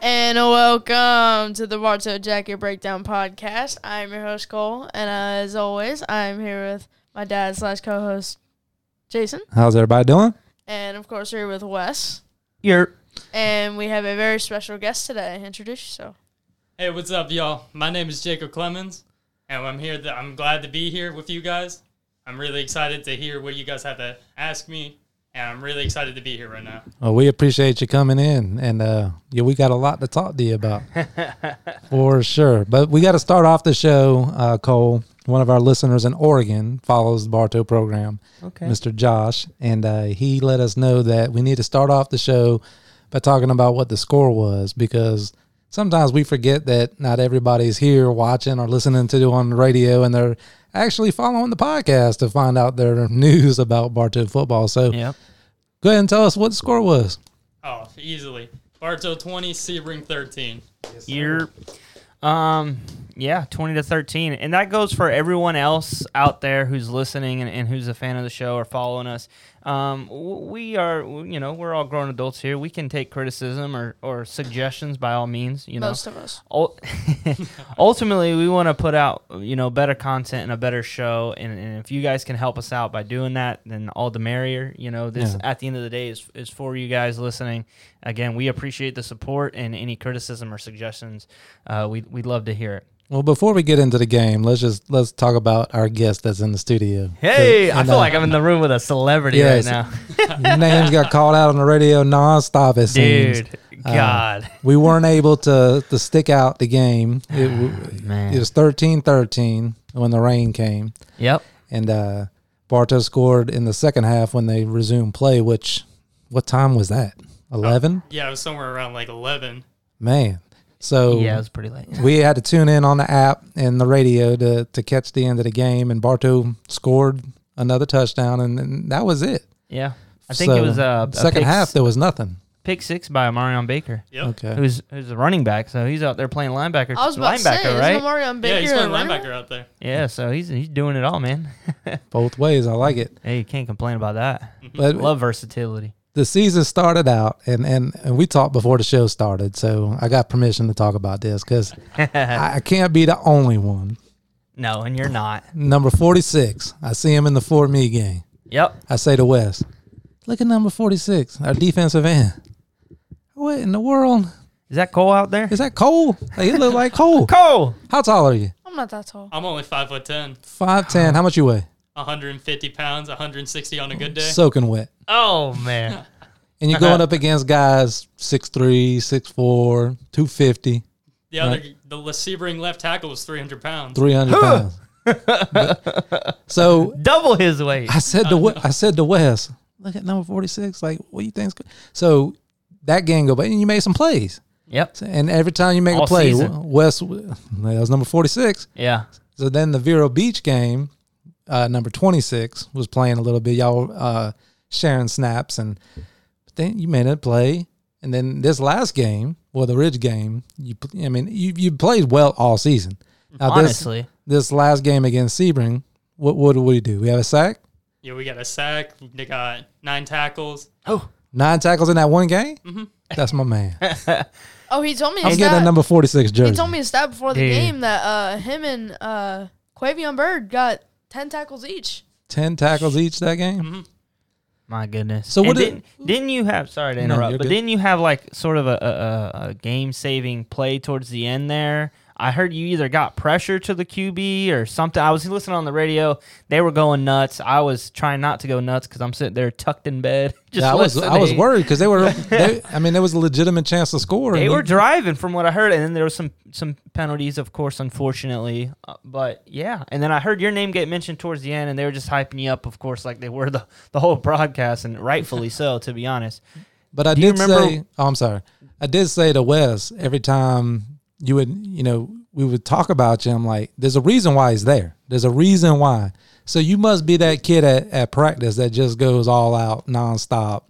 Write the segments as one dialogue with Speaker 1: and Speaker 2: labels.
Speaker 1: And welcome to the Marto Jacket Breakdown Podcast. I'm your host Cole, and uh, as always, I'm here with my dad slash co-host Jason,
Speaker 2: How's everybody doing?
Speaker 1: and of course, we're here with Wes.
Speaker 2: You're
Speaker 1: And we have a very special guest today. Introduce yourself.
Speaker 3: Hey, what's up, y'all? My name is Jacob Clemens, and I'm here. That I'm glad to be here with you guys. I'm really excited to hear what you guys have to ask me, and I'm really excited to be here right now.
Speaker 2: well, we appreciate you coming in, and uh, yeah, we got a lot to talk to you about for sure. But we got to start off the show, uh, Cole. One of our listeners in Oregon follows the Bartow program,
Speaker 4: Okay.
Speaker 2: Mr. Josh, and uh, he let us know that we need to start off the show by talking about what the score was because sometimes we forget that not everybody's here watching or listening to on the radio, and they're actually following the podcast to find out their news about Bartow football. So.
Speaker 4: Yep.
Speaker 2: Go ahead and tell us what the score was.
Speaker 3: Oh, easily. Barto 20, Sebring 13.
Speaker 4: You're um yeah, 20 to 13. And that goes for everyone else out there who's listening and, and who's a fan of the show or following us. Um, w- we are, w- you know, we're all grown adults here. We can take criticism or, or suggestions by all means, you know.
Speaker 1: Most of us.
Speaker 4: Ul- ultimately we want to put out you know better content and a better show and, and if you guys can help us out by doing that then all the merrier you know this
Speaker 2: Yeah.
Speaker 4: at the end of the day is, is for you guys listening again we appreciate the support and any criticism or suggestions uh, we, we'd love to hear it
Speaker 2: Well, before we get into the game, let's just let's talk about our guest that's in the studio.
Speaker 4: hey
Speaker 2: And,
Speaker 4: i feel
Speaker 2: uh,
Speaker 4: like i'm in the room with a celebrity
Speaker 2: Yes.
Speaker 4: right now
Speaker 2: your names got called out on the radio nonstop. It seems.
Speaker 4: dude god
Speaker 2: We weren't able to to stick out the game. It, w-
Speaker 4: Ah, man
Speaker 2: it was 13-13 when the rain came,
Speaker 4: yep
Speaker 2: and uh, Bartow scored in the second half when they resumed play. Which, what time was that? Eleven,
Speaker 3: Yeah, it was somewhere around like 11.
Speaker 2: man. So
Speaker 4: yeah it was pretty late
Speaker 2: we had to tune in on the app and the radio to to catch the end of the game, and Bartow scored another touchdown, and, and that was it.
Speaker 4: yeah i think it
Speaker 2: So,
Speaker 4: was uh, a
Speaker 2: second
Speaker 4: pick,
Speaker 2: half. There was nothing.
Speaker 4: pick six by marion baker
Speaker 3: Yep.
Speaker 2: Okay,
Speaker 4: who's who's a running back, so he's out there playing linebacker.
Speaker 1: I was about to
Speaker 4: linebacker,
Speaker 1: say,
Speaker 4: right?
Speaker 1: isn't Omarion Baker
Speaker 3: Yeah, he's
Speaker 1: a
Speaker 3: playing
Speaker 1: running
Speaker 3: linebacker out there.
Speaker 4: yeah, so he's he's doing it all, man.
Speaker 2: both ways. I like it.
Speaker 4: hey, you can't complain about that.
Speaker 2: But
Speaker 4: Love versatility.
Speaker 2: the season started out, and and and we talked before the show started, so I got permission to talk about this because I, I can't be the only one.
Speaker 4: No, and you're not.
Speaker 2: Number forty six. I see him in the Fort Me game.
Speaker 4: Yep.
Speaker 2: I say to Wes, "Look at number forty six, our defensive end." What in the world
Speaker 4: Is that Cole out there?
Speaker 2: is that? Cole? Like, he looked like Cole.
Speaker 4: Cole.
Speaker 2: How tall are you?
Speaker 1: I'm not that tall.
Speaker 3: I'm only 5'10,
Speaker 2: Five ten. How much you weigh?
Speaker 3: 150 pounds, 160 on a good day.
Speaker 2: Soaking wet.
Speaker 4: Oh man.
Speaker 2: And you're going up against guys 6'3", 6'4", 250,
Speaker 3: The other, the Le- Sebring left tackle was 300 pounds.
Speaker 2: 300 pounds. But- so
Speaker 4: Double his weight.
Speaker 2: I said to Wes- I said to Wes, look at number forty six. Like, what do you think's good? So that game go, but and you made some plays.
Speaker 4: Yep.
Speaker 2: And every time you make
Speaker 4: All
Speaker 2: a play,
Speaker 4: season.
Speaker 2: Wes that was number forty six.
Speaker 4: Yeah.
Speaker 2: So then the Vero Beach game, uh, number 26, was playing a little bit. Y'all uh, sharing snaps, and but then you made it play. And then this last game, well, the Ridge game, you pl- I mean, you you played well all season. Now
Speaker 4: Honestly.
Speaker 2: this this last game against Sebring, what what do we do? We have a sack,
Speaker 3: Yeah, we got a sack. They got nine tackles.
Speaker 4: Oh.
Speaker 2: nine tackles in that one game.
Speaker 4: Mm-hmm.
Speaker 2: That's my man.
Speaker 1: Oh, he told me
Speaker 2: I'm
Speaker 1: his
Speaker 2: getting a
Speaker 1: stat.
Speaker 2: number 46 jersey.
Speaker 1: He told me his stat before the
Speaker 4: Dude.
Speaker 1: game that uh, him and uh, Quavion Bird got ten tackles each.
Speaker 2: ten tackles each that game.
Speaker 4: Mm-hmm. My goodness.
Speaker 2: So
Speaker 4: So
Speaker 2: what
Speaker 4: what
Speaker 2: did-
Speaker 4: didn't, didn't you have? Sorry to
Speaker 2: No,
Speaker 4: interrupt,
Speaker 2: you're
Speaker 4: but
Speaker 2: good.
Speaker 4: didn't you have like sort of a, a, a game saving play towards the end there? I heard you either got pressure to the QB or something. I was listening on the radio; they were going nuts. I was trying not to go nuts because I'm sitting there tucked in bed. Just
Speaker 2: Yeah, I was I was
Speaker 4: listening.
Speaker 2: worried because they were. They, I mean, there was a legitimate chance to score.
Speaker 4: They
Speaker 2: and
Speaker 4: were
Speaker 2: we-
Speaker 4: driving, from what I heard, and then there was some some penalties, of course, unfortunately. Uh, but yeah, and then I heard your name get mentioned towards the end, and they were just hyping you up, of course, like they were the the whole broadcast, and rightfully so, to be honest.
Speaker 2: But I
Speaker 4: you
Speaker 2: did
Speaker 4: remember-
Speaker 2: say, oh, I'm sorry. I did say to Wes every time you would, you know, we would talk about you. I'm like, there's a reason why he's there. There's a reason why. So you must be that kid at, at practice that just goes all out nonstop,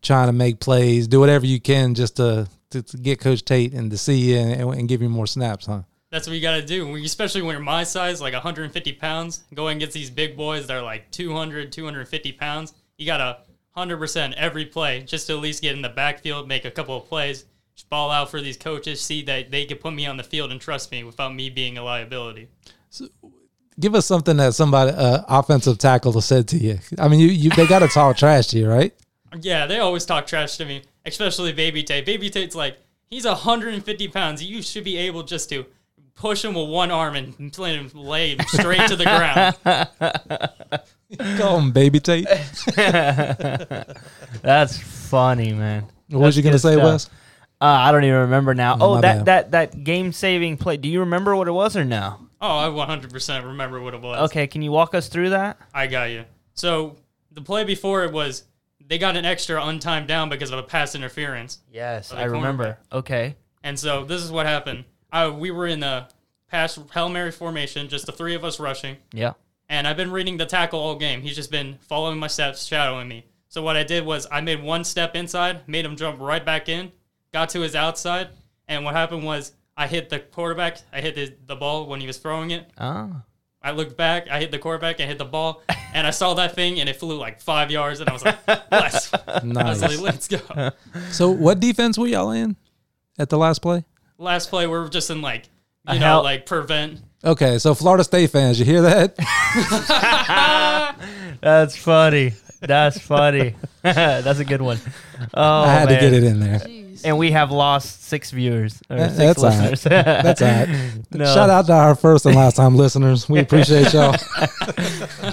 Speaker 2: trying to make plays, do whatever you can just to, to, to get Coach Tate and to see you and, and give you more snaps, huh?
Speaker 3: That's what you got to do, when- especially when you're my size, like 150 pounds, going against these big boys that are like 200, 250 pounds. You got to 100% every play just to at least get in the backfield, make a couple of plays, just ball out for these coaches, see that they can put me on the field and trust me without me being a liability.
Speaker 2: Give us something that somebody uh, offensive tackle has said to you. I mean, you, you they got to talk trash to you, right?
Speaker 3: Yeah, they always talk trash to me, especially Baby Tate. Baby Tate's like, he's 150 pounds. You should be able just to push him with one arm and let him lay him straight to the ground.
Speaker 2: Go on, baby tape.
Speaker 4: That's funny, man.
Speaker 2: What was
Speaker 4: That's
Speaker 2: you gonna
Speaker 4: good
Speaker 2: say,
Speaker 4: stuff.
Speaker 2: Wes? Mm,
Speaker 4: Uh, I don't even remember now.
Speaker 2: my
Speaker 4: Oh,
Speaker 2: bad.
Speaker 4: that, that, that game saving play. Do you remember what it was or no?
Speaker 3: Oh, I 100% remember what it was.
Speaker 4: Okay, can you walk us through that?
Speaker 3: I got you. So the play before it was they got an extra untimed down because of a pass interference.
Speaker 4: Yes,
Speaker 3: Oh, the
Speaker 4: I remember. Okay.
Speaker 3: And so this is what happened. I, we were in a pass Hail Mary formation, just the three of us rushing.
Speaker 4: Yeah.
Speaker 3: And I've been reading the tackle all game. He's just been following my steps, shadowing me. So what I did was I made one step inside, made him jump right back in, got to his outside, and what happened was I hit the quarterback. I hit the, the ball when he was throwing it.
Speaker 4: Oh.
Speaker 3: I looked back, I hit the quarterback, I hit the ball, and I saw that thing, and it flew like five yards, and I was like, "Let's, I was like,
Speaker 2: Nice.
Speaker 3: let's go."
Speaker 2: So, what defense were y'all in at the last play?
Speaker 3: Last play, we were just in like,
Speaker 4: A
Speaker 3: you know,
Speaker 4: hell-
Speaker 3: like prevent.
Speaker 2: Okay, so Florida State fans, you hear that?
Speaker 4: Oh, That's funny. That's funny. That's a good one. Oh,
Speaker 2: I had to get
Speaker 4: man.
Speaker 2: it in there.
Speaker 1: Jeez.
Speaker 4: And we have lost six viewers or
Speaker 2: That-
Speaker 4: six
Speaker 2: that's all right.
Speaker 4: listeners.
Speaker 2: That's all right.
Speaker 4: No.
Speaker 2: Shout out to our first and last time listeners. We appreciate y'all.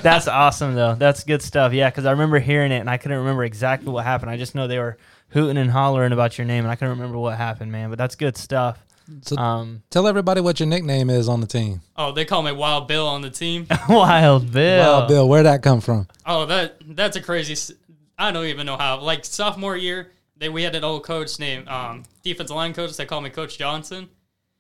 Speaker 4: That's awesome though. That's good stuff. Yeah, because I remember hearing it and I couldn't remember exactly what happened. I just know they were hooting and hollering about your name and I couldn't remember what happened, man. But that's good stuff.
Speaker 2: So-
Speaker 4: um,
Speaker 2: Tell everybody what your nickname is on the team.
Speaker 3: Oh, they call me Wild Bill on the team.
Speaker 4: Wild Bill.
Speaker 2: Wow, Uh, Bill, where'd that come from?
Speaker 3: Oh, that that's a crazy. s- I don't even know how. Like sophomore year, they we had an old coach named um, defensive line coach. They called me Coach Johnson,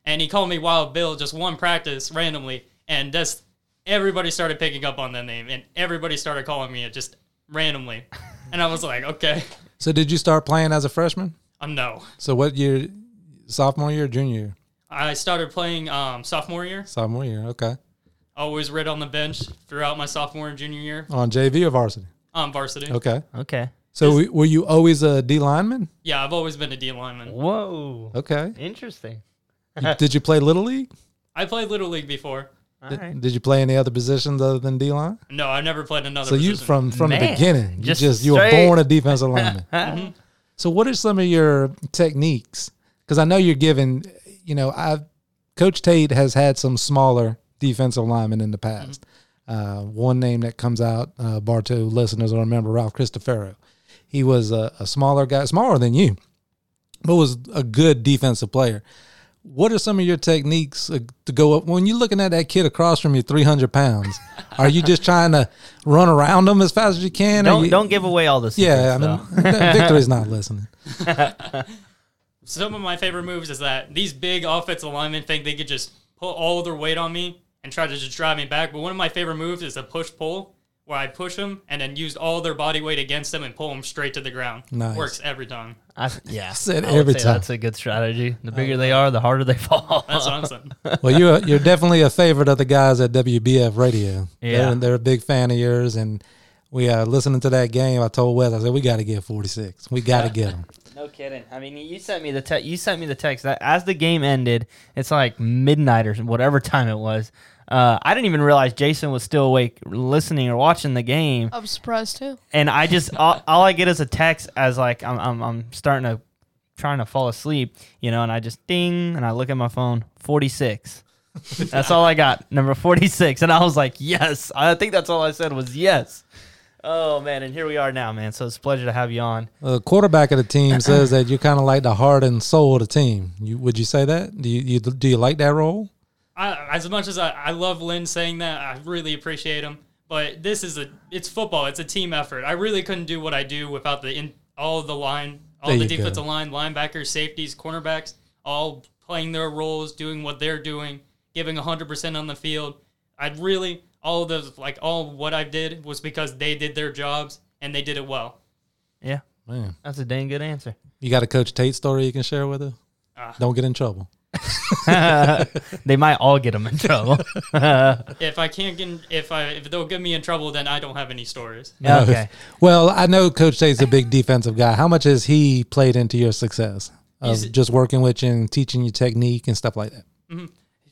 Speaker 3: and he called me Wild Bill just one practice randomly, and just everybody started picking up on that name, and everybody started calling me it just randomly, and I was like, okay,
Speaker 2: So, did you start playing as a freshman?
Speaker 3: um, no.
Speaker 2: So, what year? Sophomore year, junior year,
Speaker 3: I started playing um, sophomore year.
Speaker 2: sophomore year. Okay,
Speaker 3: Always read on the bench throughout my sophomore and junior year
Speaker 2: on JV or varsity?
Speaker 3: on varsity.
Speaker 2: Okay.
Speaker 4: Okay.
Speaker 2: So, we- were you always a D lineman?
Speaker 3: Yeah, I've always been a D lineman.
Speaker 4: Whoa.
Speaker 2: Okay.
Speaker 4: Interesting.
Speaker 2: You- did you play little league?
Speaker 3: I played little league before.
Speaker 4: All
Speaker 2: Did,
Speaker 4: right.
Speaker 2: did you play any other positions other than D line?
Speaker 3: No, I've never played another.
Speaker 2: So you
Speaker 3: position.
Speaker 2: from from the
Speaker 4: Man,
Speaker 2: beginning, you
Speaker 4: just
Speaker 2: just, you were
Speaker 4: straight.
Speaker 2: born a defensive lineman.
Speaker 4: Mhm.
Speaker 2: So what are some of your techniques? Because I know you're giving, you know, I've Coach Tate has had some smaller defensive linemen in the past.
Speaker 4: Mm-hmm.
Speaker 2: Uh, one name that comes out, uh, Bartow listeners will remember Ralph Cristofaro. He was a, a smaller guy, smaller than you, but was a good defensive player. What are some of your techniques uh, to go up when you're looking at that kid across from you, 300 pounds? are you just trying to run around him as fast as you can? Are
Speaker 4: Don't
Speaker 2: you-
Speaker 4: don't give away all the secrets.
Speaker 2: Yeah, I mean,
Speaker 4: though.
Speaker 2: Victory's not listening.
Speaker 3: some of my favorite moves is that these big offensive linemen think they could just put all their weight on me and try to just drive me back. But one of my favorite moves is a push pull, where I push them and then use all their body weight against them and pull them straight to the ground.
Speaker 2: Nice.
Speaker 3: Works every time.
Speaker 4: I, yeah,
Speaker 2: Said
Speaker 4: I would
Speaker 2: every
Speaker 4: say
Speaker 2: time.
Speaker 4: That's a good strategy. The bigger they are, the harder they fall.
Speaker 3: That's what I'm saying.
Speaker 2: Well, you're you're definitely a favorite of the guys at WBF Radio.
Speaker 4: Yeah.
Speaker 2: they're, they're a big fan of yours, and we uh, listening to that game. I told Wes, I said we got to get 46. We got to get him.
Speaker 4: No kidding. I mean, you sent me the te- you sent me the text that as the game ended, it's like midnight or whatever time it was. Uh, I didn't even realize Jason was still awake, listening or watching the game,
Speaker 1: I'm surprised too.
Speaker 4: and I just all, all I get is a text as like I'm, I'm I'm starting to trying to fall asleep, you know, and I just ding and I look at my phone, forty six. that's all I got, number forty six, and I was like, yes. I think that's all I said was yes. Oh man, and here we are now, man. So it's a pleasure to have you on.
Speaker 2: The quarterback of the team says that you're kind of like the heart and soul of the team. You would you say that? Do you, you do you like that role?
Speaker 3: I, as much as I, I love Lynn saying that, I really appreciate him. But this is a it's football. It's a team effort. I really couldn't do what I do without the in, all the line, all
Speaker 2: There
Speaker 3: the
Speaker 2: you go.
Speaker 3: defensive line, linebackers, safeties, cornerbacks, all playing their roles, doing what they're doing, giving hundred percent on the field. I really all of those like all what I did was because they did their jobs and they did it well.
Speaker 4: Yeah,
Speaker 2: Man,
Speaker 4: that's a dang good answer.
Speaker 2: you got a Coach Tate story you can share with us.
Speaker 3: Ah.
Speaker 2: Don't get in trouble.
Speaker 4: they might all get them in trouble.
Speaker 3: If I can't get if I if they'll get me in trouble, then I don't have any stories.
Speaker 4: Yeah, okay.
Speaker 2: Well, I know Coach Tate's a big defensive guy. How much has he played into your success? of
Speaker 3: Is it-
Speaker 2: just working with you and teaching you technique and stuff like that.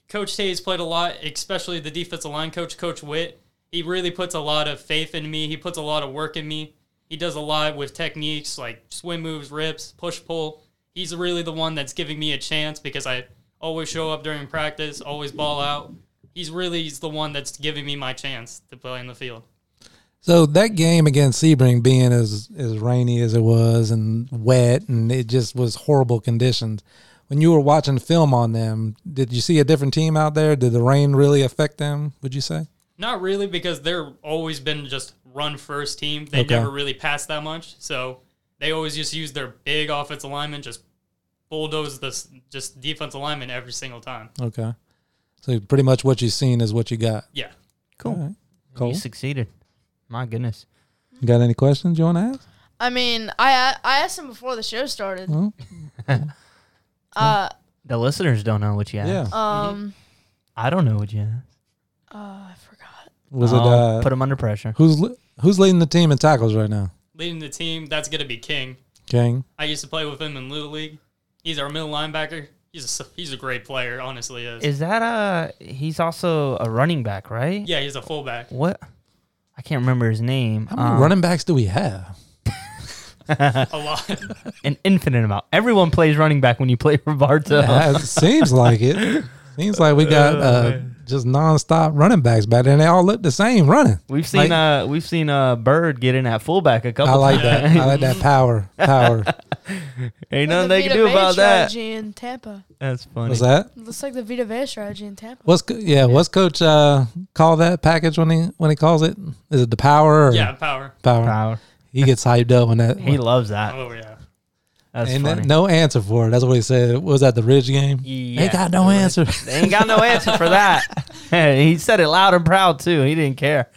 Speaker 3: Coach Hayes played a lot, especially the defensive line coach, Coach Witt. He really puts a lot of faith in me. He puts a lot of work in me. He does a lot with techniques like swim moves, rips, push pull. He's really the one that's giving me a chance because I always show up during practice, always ball out. He's really he's the one that's giving me my chance to play in the field.
Speaker 2: So that game against Sebring, being as as rainy as it was and wet, and it just was horrible conditions. When you were watching film on them, did you see a different team out there? Did the rain really affect them? Would you say?
Speaker 3: Not really, because they're always been just run first team. They
Speaker 2: Okay.
Speaker 3: never really pass that much, so they always just use their big offensive lineman, just bulldoze this just defensive lineman every single time.
Speaker 2: Okay, so pretty much what you've seen is what you got.
Speaker 3: Yeah,
Speaker 4: Cool.
Speaker 2: All right.
Speaker 4: You
Speaker 2: Cool.
Speaker 4: succeeded. My goodness.
Speaker 2: You got any questions you want to ask?
Speaker 1: I mean, I I asked him before the show started.
Speaker 2: Hmm?
Speaker 1: Uh,
Speaker 4: The listeners don't know what you asked.
Speaker 2: Yeah.
Speaker 1: um,
Speaker 4: I don't know what you asked.
Speaker 1: oh, I forgot.
Speaker 2: Was it
Speaker 4: I'll
Speaker 2: uh,
Speaker 4: put them under pressure?
Speaker 2: who's le- who's leading the team in tackles right now?
Speaker 3: leading the team, that's gonna be King.
Speaker 2: King.
Speaker 3: I used to play with him in little league. He's our middle linebacker. He's a s- he's a great player, honestly. Is,
Speaker 4: Is that uh he's also a running back, right?
Speaker 3: yeah, he's a fullback.
Speaker 4: What? I can't remember his name.
Speaker 2: How many
Speaker 4: Um,
Speaker 2: running backs do we have?
Speaker 3: A lot.
Speaker 4: an infinite amount. Everyone plays running back when you play for Bartow.
Speaker 2: Yeah, it seems like it. Seems like we
Speaker 4: Oh,
Speaker 2: got uh, just nonstop running backs back there, and they all look the same running.
Speaker 4: We've seen
Speaker 2: Like-
Speaker 4: uh we've seen uh Bird get in at fullback a couple
Speaker 2: I like
Speaker 4: times.
Speaker 2: that. I like that power. Power.
Speaker 1: Like
Speaker 4: Ain't
Speaker 1: the
Speaker 4: nothing they can
Speaker 1: Vita
Speaker 4: do
Speaker 1: Vea
Speaker 4: about that.
Speaker 1: strategy in Tampa.
Speaker 4: That's funny.
Speaker 2: What's that?
Speaker 1: Looks like the Vita Vea strategy in Tampa.
Speaker 2: What's co- yeah? What's coach uh, call that package when he when he calls it? Is it the power? Or
Speaker 3: yeah, power.
Speaker 2: power.
Speaker 4: Power.
Speaker 2: He gets hyped up when that.
Speaker 4: He loves that.
Speaker 3: Oh yeah.
Speaker 4: That's
Speaker 2: and that-
Speaker 4: funny.
Speaker 2: no answer for it. That's what he said. Was that the Ridge game?
Speaker 4: Yeah.
Speaker 2: Ain't got no answer.
Speaker 4: They ain't got no answer for that. he said it loud and proud too. He didn't care,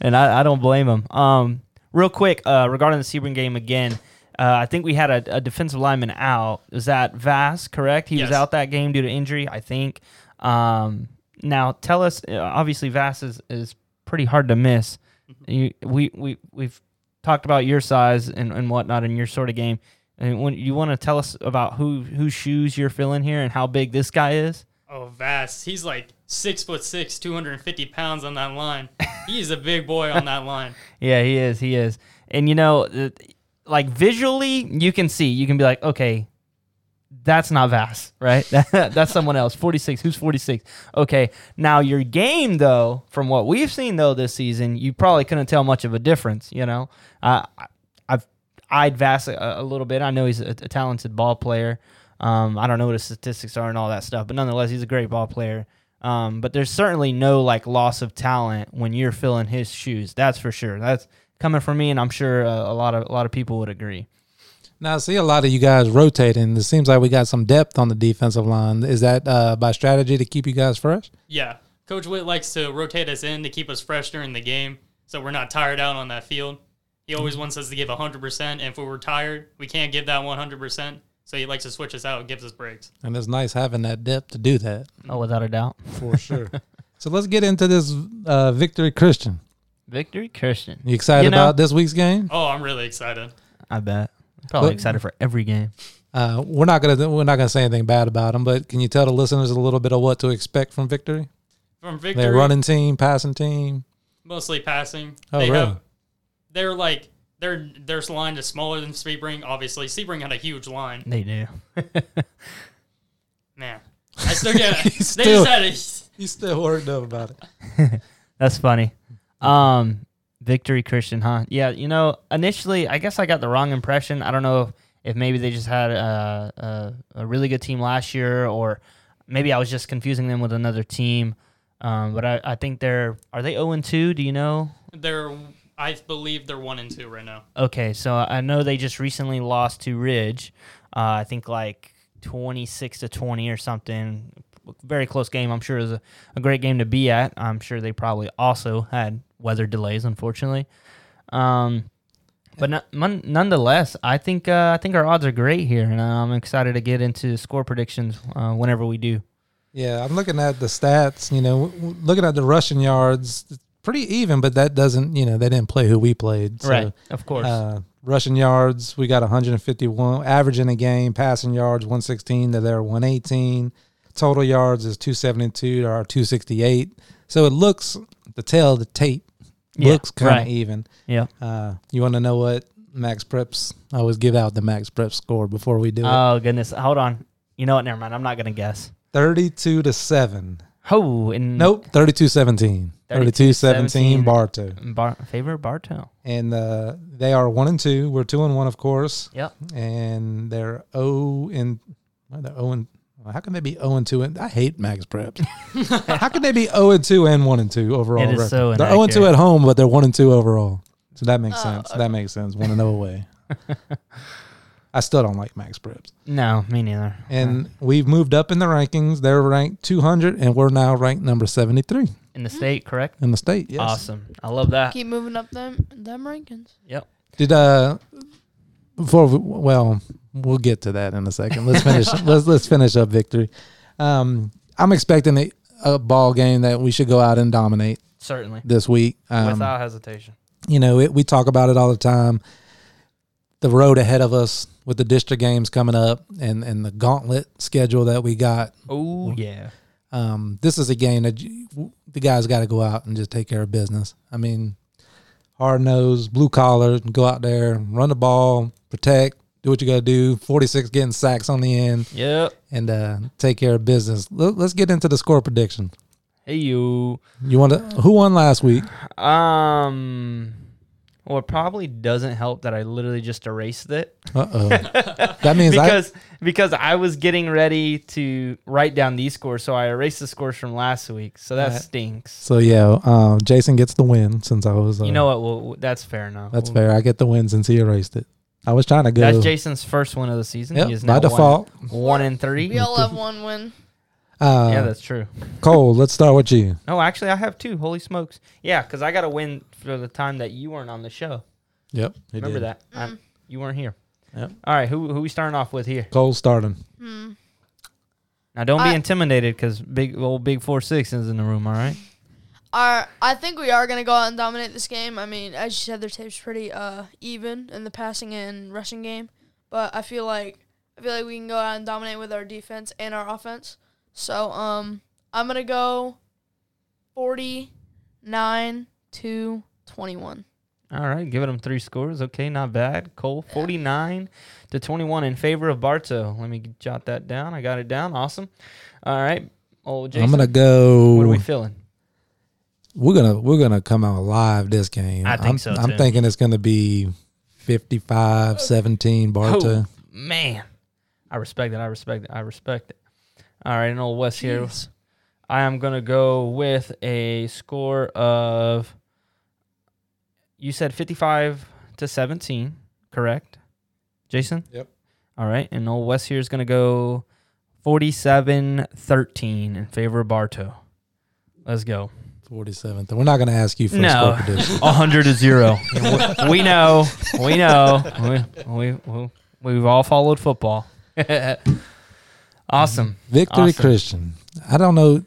Speaker 4: and I, I don't blame him. Um, real quick uh, regarding the Sebring game again, uh, I think we had a, a defensive lineman out. Was that Vass? Correct? He was
Speaker 3: Yes.
Speaker 4: out that game due to injury, I think. Um, now tell us. uh, Obviously, Vass is, is pretty hard to miss. You, we we we've talked about your size and, and whatnot in your sort of game. And when, you want to tell us about who whose shoes you're filling here and how big this guy is?
Speaker 3: Oh, vast. He's like six foot six, two hundred and fifty pounds on that line. He's a big boy on that line.
Speaker 4: Yeah, he is. He is. And you know, th- like visually, you can see. You can be like, okay, that's not Vass, right? that's someone else. Forty six. Who's forty six? Okay. Now your game, though, from what we've seen though this season, you probably couldn't tell much of a difference. You know, uh, I- I've eyed Vass a, a little bit. I know he's a, a talented ball player. Um, I don't know what his statistics are and all that stuff, but nonetheless, he's a great ball player. Um, but there's certainly no like loss of talent when you're filling his shoes. That's for sure. That's coming from me, and I'm sure uh, a lot of a lot of people would agree.
Speaker 2: Now I see a lot of you guys rotating. It seems like we got some depth on the defensive line. Is that uh, by strategy to keep you guys fresh?
Speaker 3: Yeah. Coach Witt likes to rotate us in to keep us fresh during the game so we're not tired out on that field. He
Speaker 2: Mm-hmm.
Speaker 3: always wants us to give 100%, and if we were tired, we can't give that 100%. So he likes to switch us out and gives us breaks.
Speaker 2: And it's nice having that depth to do that
Speaker 4: Oh, without a doubt,
Speaker 2: for sure. so let's get into this uh, victory, Christian.
Speaker 4: victory, Christian.
Speaker 2: You excited
Speaker 4: You know-
Speaker 2: about this week's game?
Speaker 3: Oh, I'm really excited.
Speaker 4: I bet. Probably
Speaker 2: But-
Speaker 4: excited for every game.
Speaker 2: Uh, we're not gonna we're not gonna say anything bad about them, but can you tell the listeners a little bit of what to expect from victory?
Speaker 3: From
Speaker 2: They're
Speaker 3: victory,
Speaker 2: running team, passing team.
Speaker 3: mostly passing.
Speaker 2: Oh,
Speaker 3: they
Speaker 2: really?
Speaker 3: have, they're like, their, their line is smaller than Sebring, obviously. Sebring had a huge line.
Speaker 4: They do.
Speaker 3: Man. I still get They
Speaker 2: still-
Speaker 3: just had a.
Speaker 2: You still worked up about it.
Speaker 4: That's funny. Um, victory, Christian, huh? Yeah. You know, initially, I guess I got the wrong impression. I don't know if, if maybe they just had a, a a really good team last year, or maybe I was just confusing them with another team. Um, but I, I think they're are they zero and two? Do you know?
Speaker 3: They're, I believe they're 1 and 2 right now.
Speaker 4: Okay, so I know they just recently lost to Ridge. Uh, I think like twenty six to twenty or something. Very close game. I'm sure it was a, a great game to be at. I'm sure they probably also had weather delays, unfortunately. Um, but no, mon- nonetheless, I think uh, I think our odds are great here, and I'm excited to get into score predictions uh, whenever we do.
Speaker 2: Yeah, I'm looking at the stats. You know, w- w- looking at the rushing yards, it's pretty even, but that doesn't. You know, they didn't play who we played. So,
Speaker 4: right, of course.
Speaker 2: Uh, Rushing yards, we got 151. Average in a game, passing yards 116 to their 118. Total yards is 272 to our 268. So it looks the tail of the tape
Speaker 4: Yeah,
Speaker 2: looks kind of
Speaker 4: right.
Speaker 2: even.
Speaker 4: Yeah.
Speaker 2: Uh, you want to know what Max Preps? I always give out the Max Prep score before we do it.
Speaker 4: Oh goodness. Hold on. You know what? Never mind. I'm not gonna guess.
Speaker 2: 32 to seven.
Speaker 4: Oh, and
Speaker 2: Nope, 32-17. 32-17 Bartow.
Speaker 4: Bar- favor Bartel.
Speaker 2: And uh, they are 1 and 2. We're 2 and 1 of course.
Speaker 4: Yep.
Speaker 2: And they're 0 and why they're 0 and how can they be 0 and 2 and I hate Max Preps. how can they be 0 and 2 and 1 and 2 overall?
Speaker 4: It is
Speaker 2: record?
Speaker 4: so
Speaker 2: they're 0 and 2
Speaker 4: inaccurate.
Speaker 2: at home, but they're 1 and 2 overall. So that makes
Speaker 1: Oh,
Speaker 2: sense.
Speaker 1: okay.
Speaker 2: That makes sense. 1 and 0 away. I still don't like Max Preps.
Speaker 4: No, me neither. Uh,
Speaker 2: And we've moved up in the rankings. They're ranked 200 and we're now ranked number 73
Speaker 4: in the state, correct?
Speaker 2: in the state. Yes.
Speaker 4: Awesome. I love that.
Speaker 1: Keep moving up them them rankings.
Speaker 2: Did uh before we, well, we'll get to that in a second. Let's finish let's let's finish up victory. Um I'm expecting a, a ball game that we should go out and dominate
Speaker 4: Certainly.
Speaker 2: this week. Um,
Speaker 4: Without hesitation.
Speaker 2: you know, it, we talk about it all the time. The road ahead of us with the district games coming up and and the gauntlet schedule that we got.
Speaker 4: Oh yeah.
Speaker 2: Um this is a game that you, the guys got to go out and just take care of business. I mean, hard nose, blue collar, go out there, run the ball, protect, do what you got to do. 46 getting sacks on the end
Speaker 4: Yep.
Speaker 2: and uh, take care of business. Let, let's get into the score prediction.
Speaker 4: Hey you.
Speaker 2: You want to, who won last week?
Speaker 4: Um. Well, it probably doesn't help that I literally just erased it
Speaker 2: Uh oh. That means I,
Speaker 4: because because I was getting ready to write down these scores, so I erased the scores from last week. So that
Speaker 2: Right.
Speaker 4: stinks.
Speaker 2: so yeah, um, Jason gets the win since I was, uh,
Speaker 4: You know what? Well, w- that's fair enough.
Speaker 2: that's
Speaker 4: We'll-
Speaker 2: fair. I get the win since he erased it. I was trying to go.
Speaker 4: That's Jason's first one of the season.
Speaker 2: Yep,
Speaker 4: he is
Speaker 2: by
Speaker 4: now
Speaker 2: default.
Speaker 4: one, one and
Speaker 1: We
Speaker 4: three.
Speaker 1: all have one win.
Speaker 2: Uh,
Speaker 4: yeah, that's true.
Speaker 2: Cole, let's start with you.
Speaker 4: No, actually, I have two. Holy smokes! Yeah, because I got a win for the time that you weren't on the show.
Speaker 2: Yep.
Speaker 4: Remember that? I,
Speaker 1: Mm.
Speaker 4: you weren't here.
Speaker 2: Yep.
Speaker 4: All right, who who we starting off with here?
Speaker 2: Cole starting.
Speaker 1: Hmm.
Speaker 4: Now, don't
Speaker 1: I-
Speaker 4: be intimidated because big old big four six is in the room. All right.
Speaker 1: Our, I think we are going to go out and dominate this game. I mean, as you said, their tape's pretty uh, even in the passing and rushing game, but I feel like I feel like we can go out and dominate with our defense and our offense. So um, I'm going to go 49 to 21.
Speaker 4: All right, giving them three scores. Okay, not bad. Cole, 49 to 21 in favor of Barto. Let me g- jot that down. I got it down. Awesome. All right. Oh, Jason,
Speaker 2: I'm going to go.
Speaker 4: what are we feeling?
Speaker 2: We're gonna we're gonna come out live this game.
Speaker 4: I think
Speaker 2: am
Speaker 4: so,
Speaker 2: I'm
Speaker 4: too.
Speaker 2: thinking it's gonna be 55-17 Barta.
Speaker 4: Oh, man. I respect it. I respect it. I respect it. All right, an old West here.
Speaker 1: Jeez.
Speaker 4: I am going to go with a score of, you said 55 to 17, correct? Jason?
Speaker 2: Yep.
Speaker 4: All right. And Old West here is going to go 47 13 in favor of Bartow. Let's go.
Speaker 2: 47th. We're not gonna ask you for a
Speaker 4: No.
Speaker 2: score prediction.
Speaker 4: 100 to 0. we, we know. We know. We, we, we, have all followed football. awesome.
Speaker 2: Victory
Speaker 4: Awesome.
Speaker 2: Christian. I don't know.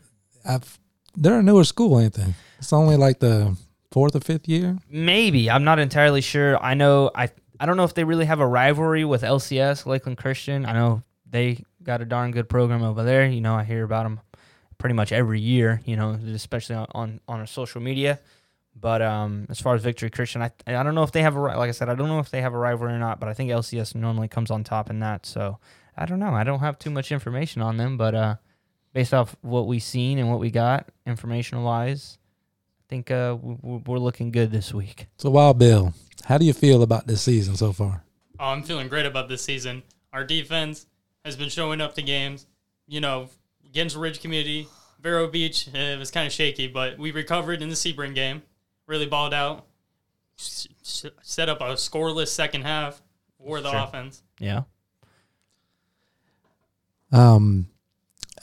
Speaker 2: I've they're a newer school, ain't they? It's only like the fourth or fifth year.
Speaker 4: Maybe. I'm not entirely sure. I know I I don't know if they really have a rivalry with LCS, Lakeland Christian. I know they got a darn good program over there. You know, I hear about them pretty much every year, you know, especially on on, on our social media. But um, as far as Victory Christian, I I don't know if they have a ri- like I said, I don't know if they have a rivalry or not, but I think LCS normally comes on top in that. So, I don't know. I don't have too much information on them, but uh based off what we seen and what we got information wise, I think uh, w- w- we're looking good this week.
Speaker 2: So Wild Bill, how do you feel about this season so far?
Speaker 3: Oh, I'm feeling great about this season. Our defense has been showing up to games. You know, against Ridge Community, Vero Beach, eh, it was kind of shaky, but we recovered in the Sebring game. Really balled out. S- s- Set up a scoreless second half for the
Speaker 4: Sure.
Speaker 3: offense.
Speaker 4: Yeah.
Speaker 2: Um,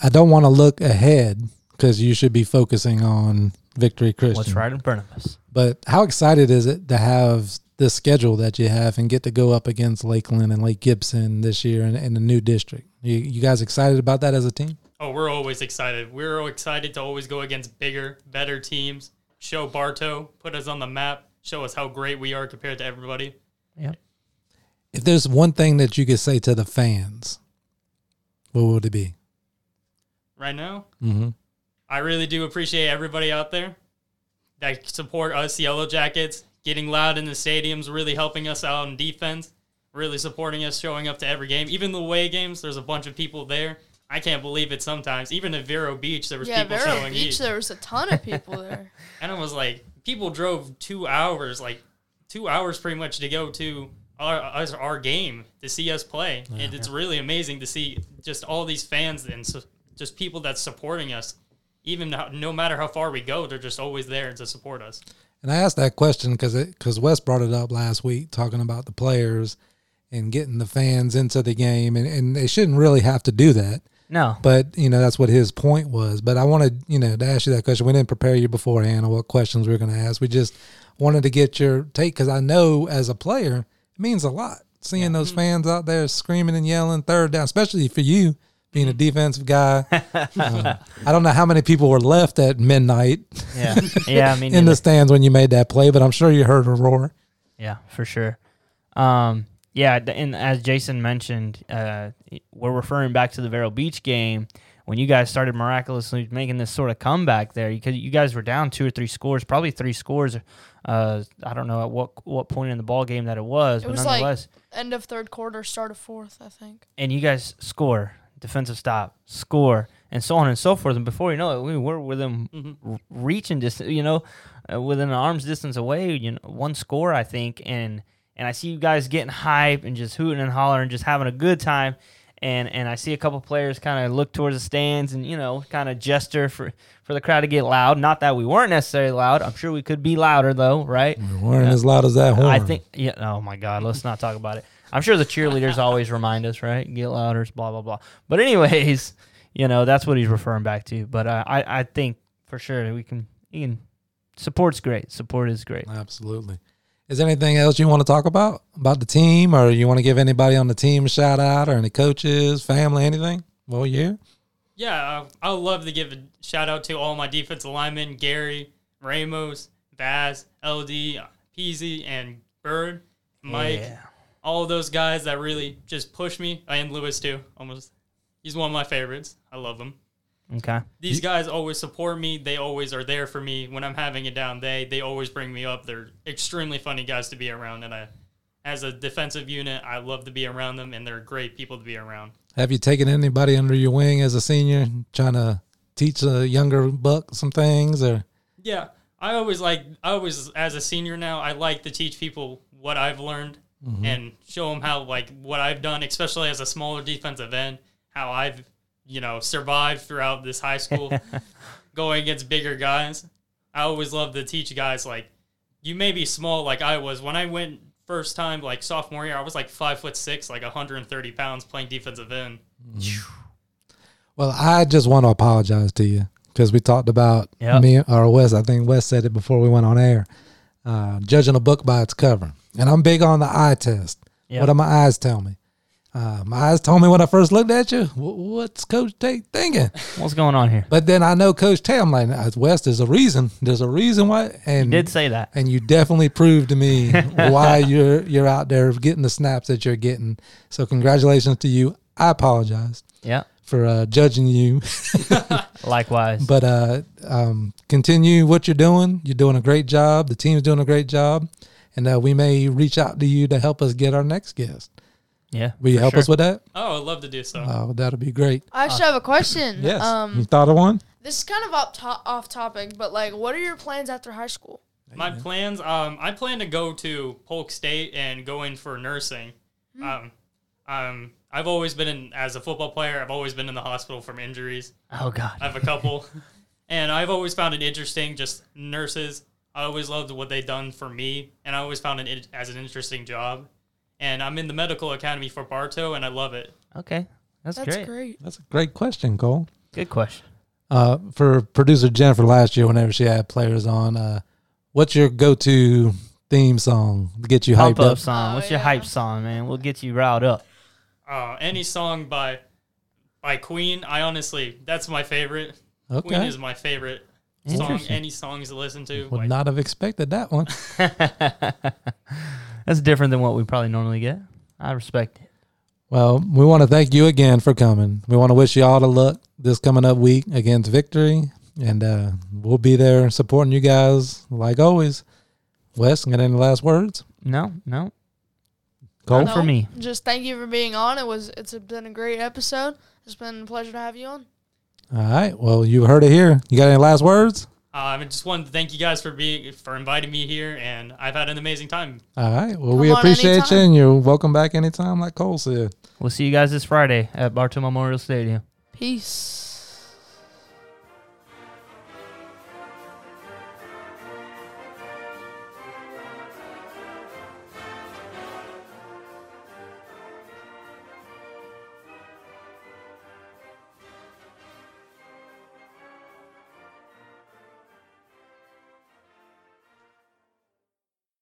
Speaker 2: I don't want to look ahead because you should be focusing on Victory Christian.
Speaker 4: What's right in front of us?
Speaker 2: But how excited is it to have this schedule that you have and get to go up against Lakeland and Lake Gibson this year in, in the new district? You, you guys excited about that as a team?
Speaker 3: Oh, we're always excited. We're excited to always go against bigger, better teams. Show Bartow, put us on the map, show us how great we are compared to everybody.
Speaker 4: Yep.
Speaker 2: if there's one thing that you could say to the fans, what would it be?
Speaker 3: Right now,
Speaker 2: Mm-hmm.
Speaker 3: I really do appreciate everybody out there that support us, Yellow Jackets, getting loud in the stadiums, really helping us out on defense, really supporting us, showing up to every game. Even the away games, there's a bunch of people there. I can't believe it sometimes. Even at Vero Beach, there was
Speaker 1: yeah,
Speaker 3: people
Speaker 1: Vero
Speaker 3: showing
Speaker 1: Beach,
Speaker 3: up.
Speaker 1: there was a ton of people there.
Speaker 3: And I was like, people drove two hours, like two hours pretty much to go to our, us- our game to see us play. And it's really amazing to see just all these fans and so, just people that's supporting us. Even no- no matter how far we go, they're just always there to support us.
Speaker 2: And I asked that question because because Wes brought it up last week, talking about the players and getting the fans into the game, and, and they shouldn't really have to do that.
Speaker 4: No.
Speaker 2: But you know that's what his point was. But I wanted you know to ask you that question. We didn't prepare you beforehand on what questions we were going to ask. We just wanted to get your take because I know as a player it means a lot seeing those
Speaker 4: Mm-hmm.
Speaker 2: fans out there screaming and yelling third down, especially for you being a defensive guy. Um, I don't know how many people were left at midnight
Speaker 4: Yeah. yeah. I mean,
Speaker 2: in the stands when you made that play, but I'm sure you heard a roar.
Speaker 4: Yeah, for sure. Um, yeah, th- and as Jason mentioned, uh, we're referring back to the Vero Beach game when you guys started miraculously making this sort of comeback there. Because you guys were down two or three scores, probably three scores. Uh, I don't know at what what point in the ball game that it was,
Speaker 1: It
Speaker 4: but
Speaker 1: was like-
Speaker 4: nonetheless,
Speaker 1: End of third quarter, start of fourth, I think.
Speaker 4: and you guys score, defensive stop, score, and so on and so forth. And before you know it, we were within r- reaching distance, you know, uh, within an arm's distance away. You know, one score, I think, and and I see you guys getting hype and just hooting and hollering, just having a good time. And, and I see a couple players kind of look towards the stands and you know kind of gesture for, for the crowd to get loud. Not that we weren't necessarily loud. I'm sure we could be louder though, right?
Speaker 2: We weren't as loud as that horn.
Speaker 4: I think. Yeah. Oh my God. Let's not talk about it. I'm sure the cheerleaders always remind us, right? Get louder. Blah blah blah. But anyways, you know that's what he's referring back to. But uh, I I think for sure we can. You can. Support's great. Support is great.
Speaker 2: Absolutely. Is there anything else you want to talk about about the team, or you want to give anybody on the team a shout out, or any coaches, family, anything? Well, yeah.
Speaker 3: Yeah, I, I would love to give a shout out to all my defensive linemen Gary, Ramos, Vaz, LD, Peasy, and Bird, Mike.
Speaker 4: Yeah.
Speaker 3: all those guys that really just push me, and Lewis too. Almost, he's one of my favorites. I love him.
Speaker 4: Okay.
Speaker 3: These guys always support me. They always are there for me when I'm having a down day. They always bring me up. They're extremely funny guys to be around, and I, as a defensive unit, I love to be around them, and they're great people to be around.
Speaker 2: Have you taken anybody under your wing as a senior, trying to teach a younger buck some things, or
Speaker 3: Yeah, I always like. I always, as a senior now, I like to teach people what I've learned and show them how like what I've done, especially as a smaller defensive end, how I've you know survived throughout this high school, going against bigger guys. I always love to teach guys like you may be small like I was when I went first time like sophomore year. I was like five foot six, like 130 pounds, playing defensive end.
Speaker 2: Well, I just want to apologize to you because we talked about
Speaker 4: Yep.
Speaker 2: me or Wes. I think Wes said it before we went on air. Uh, judging a book by its cover, and I'm big on the eye test.
Speaker 4: Yep.
Speaker 2: What do my eyes tell me? Uh, my eyes told me when I first looked at you. "Wh- What's Coach Tate thinking?
Speaker 4: What's going on here?
Speaker 2: But then I know Coach Tate. I'm like, "Nah, Wes, there's a reason. There's a reason why. And
Speaker 4: Did say that.
Speaker 2: and you definitely proved to me why you're you're out there getting the snaps that you're getting. So congratulations to you. I apologize
Speaker 4: Yeah.
Speaker 2: for uh, judging you.
Speaker 4: Likewise.
Speaker 2: But uh, um, continue what you're doing. You're doing a great job. The team's doing a great job, and uh, we may reach out to you to help us get our next guest.
Speaker 4: yeah.
Speaker 2: Will you
Speaker 4: for
Speaker 2: help
Speaker 4: sure.
Speaker 2: us with that?
Speaker 3: Oh, I'd love to do so.
Speaker 2: Oh, that'll be great.
Speaker 1: I actually have a question.
Speaker 2: Yes. you
Speaker 1: Um,
Speaker 2: thought of one?
Speaker 1: this is kind of off, to- off topic, but like, what are your plans after high school?
Speaker 3: My plans, um, I plan to go to Polk State and go in for nursing. Um, um, I've always been in as a football player. I've always been in the hospital from injuries.
Speaker 4: Oh God.
Speaker 3: I have a couple, and I've always found it interesting. Just nurses, I always loved what they done for me, and I always found it in- as an interesting job. And I'm in the medical academy for Bartow, and I love it.
Speaker 4: Okay. That's,
Speaker 1: That's
Speaker 4: great.
Speaker 1: great.
Speaker 2: That's a great question, Cole.
Speaker 4: Good question.
Speaker 2: Uh, for producer Jennifer last year, whenever she had players on, uh, what's your go-to theme song to get you
Speaker 4: Pump
Speaker 2: hyped
Speaker 4: up
Speaker 2: up?
Speaker 4: song.
Speaker 1: Oh,
Speaker 4: What's your
Speaker 1: yeah.
Speaker 4: hype song, man? We'll get you riled up.
Speaker 3: Uh, any song by by Queen, I honestly, that's my favorite. Queen
Speaker 2: Okay,
Speaker 3: is my favorite song.
Speaker 4: Interesting.
Speaker 3: Any songs to listen to.
Speaker 2: would
Speaker 3: like-
Speaker 2: not have expected that one.
Speaker 4: That's different than what we probably normally get. I respect it.
Speaker 2: Well, we want to thank you again for coming. We want to wish you all the luck this coming up week against victory, and uh, we'll be there supporting you guys like always. Wes, got any last words?
Speaker 4: No, no.
Speaker 2: Cole,
Speaker 4: for me.
Speaker 1: Just thank you for being on. It was it's been a great episode. It's been a pleasure to have you on.
Speaker 2: All right. Well, you heard it here. You got any last words?
Speaker 3: Um, I just wanted to thank you guys for being for inviting me here, and I've had an amazing time.
Speaker 2: All right. Well,
Speaker 1: Come
Speaker 2: we
Speaker 1: on
Speaker 2: appreciate
Speaker 1: anytime.
Speaker 2: you, and you're welcome back anytime, like Cole said.
Speaker 4: We'll see you guys this Friday at Bartow Memorial Stadium.
Speaker 1: Peace.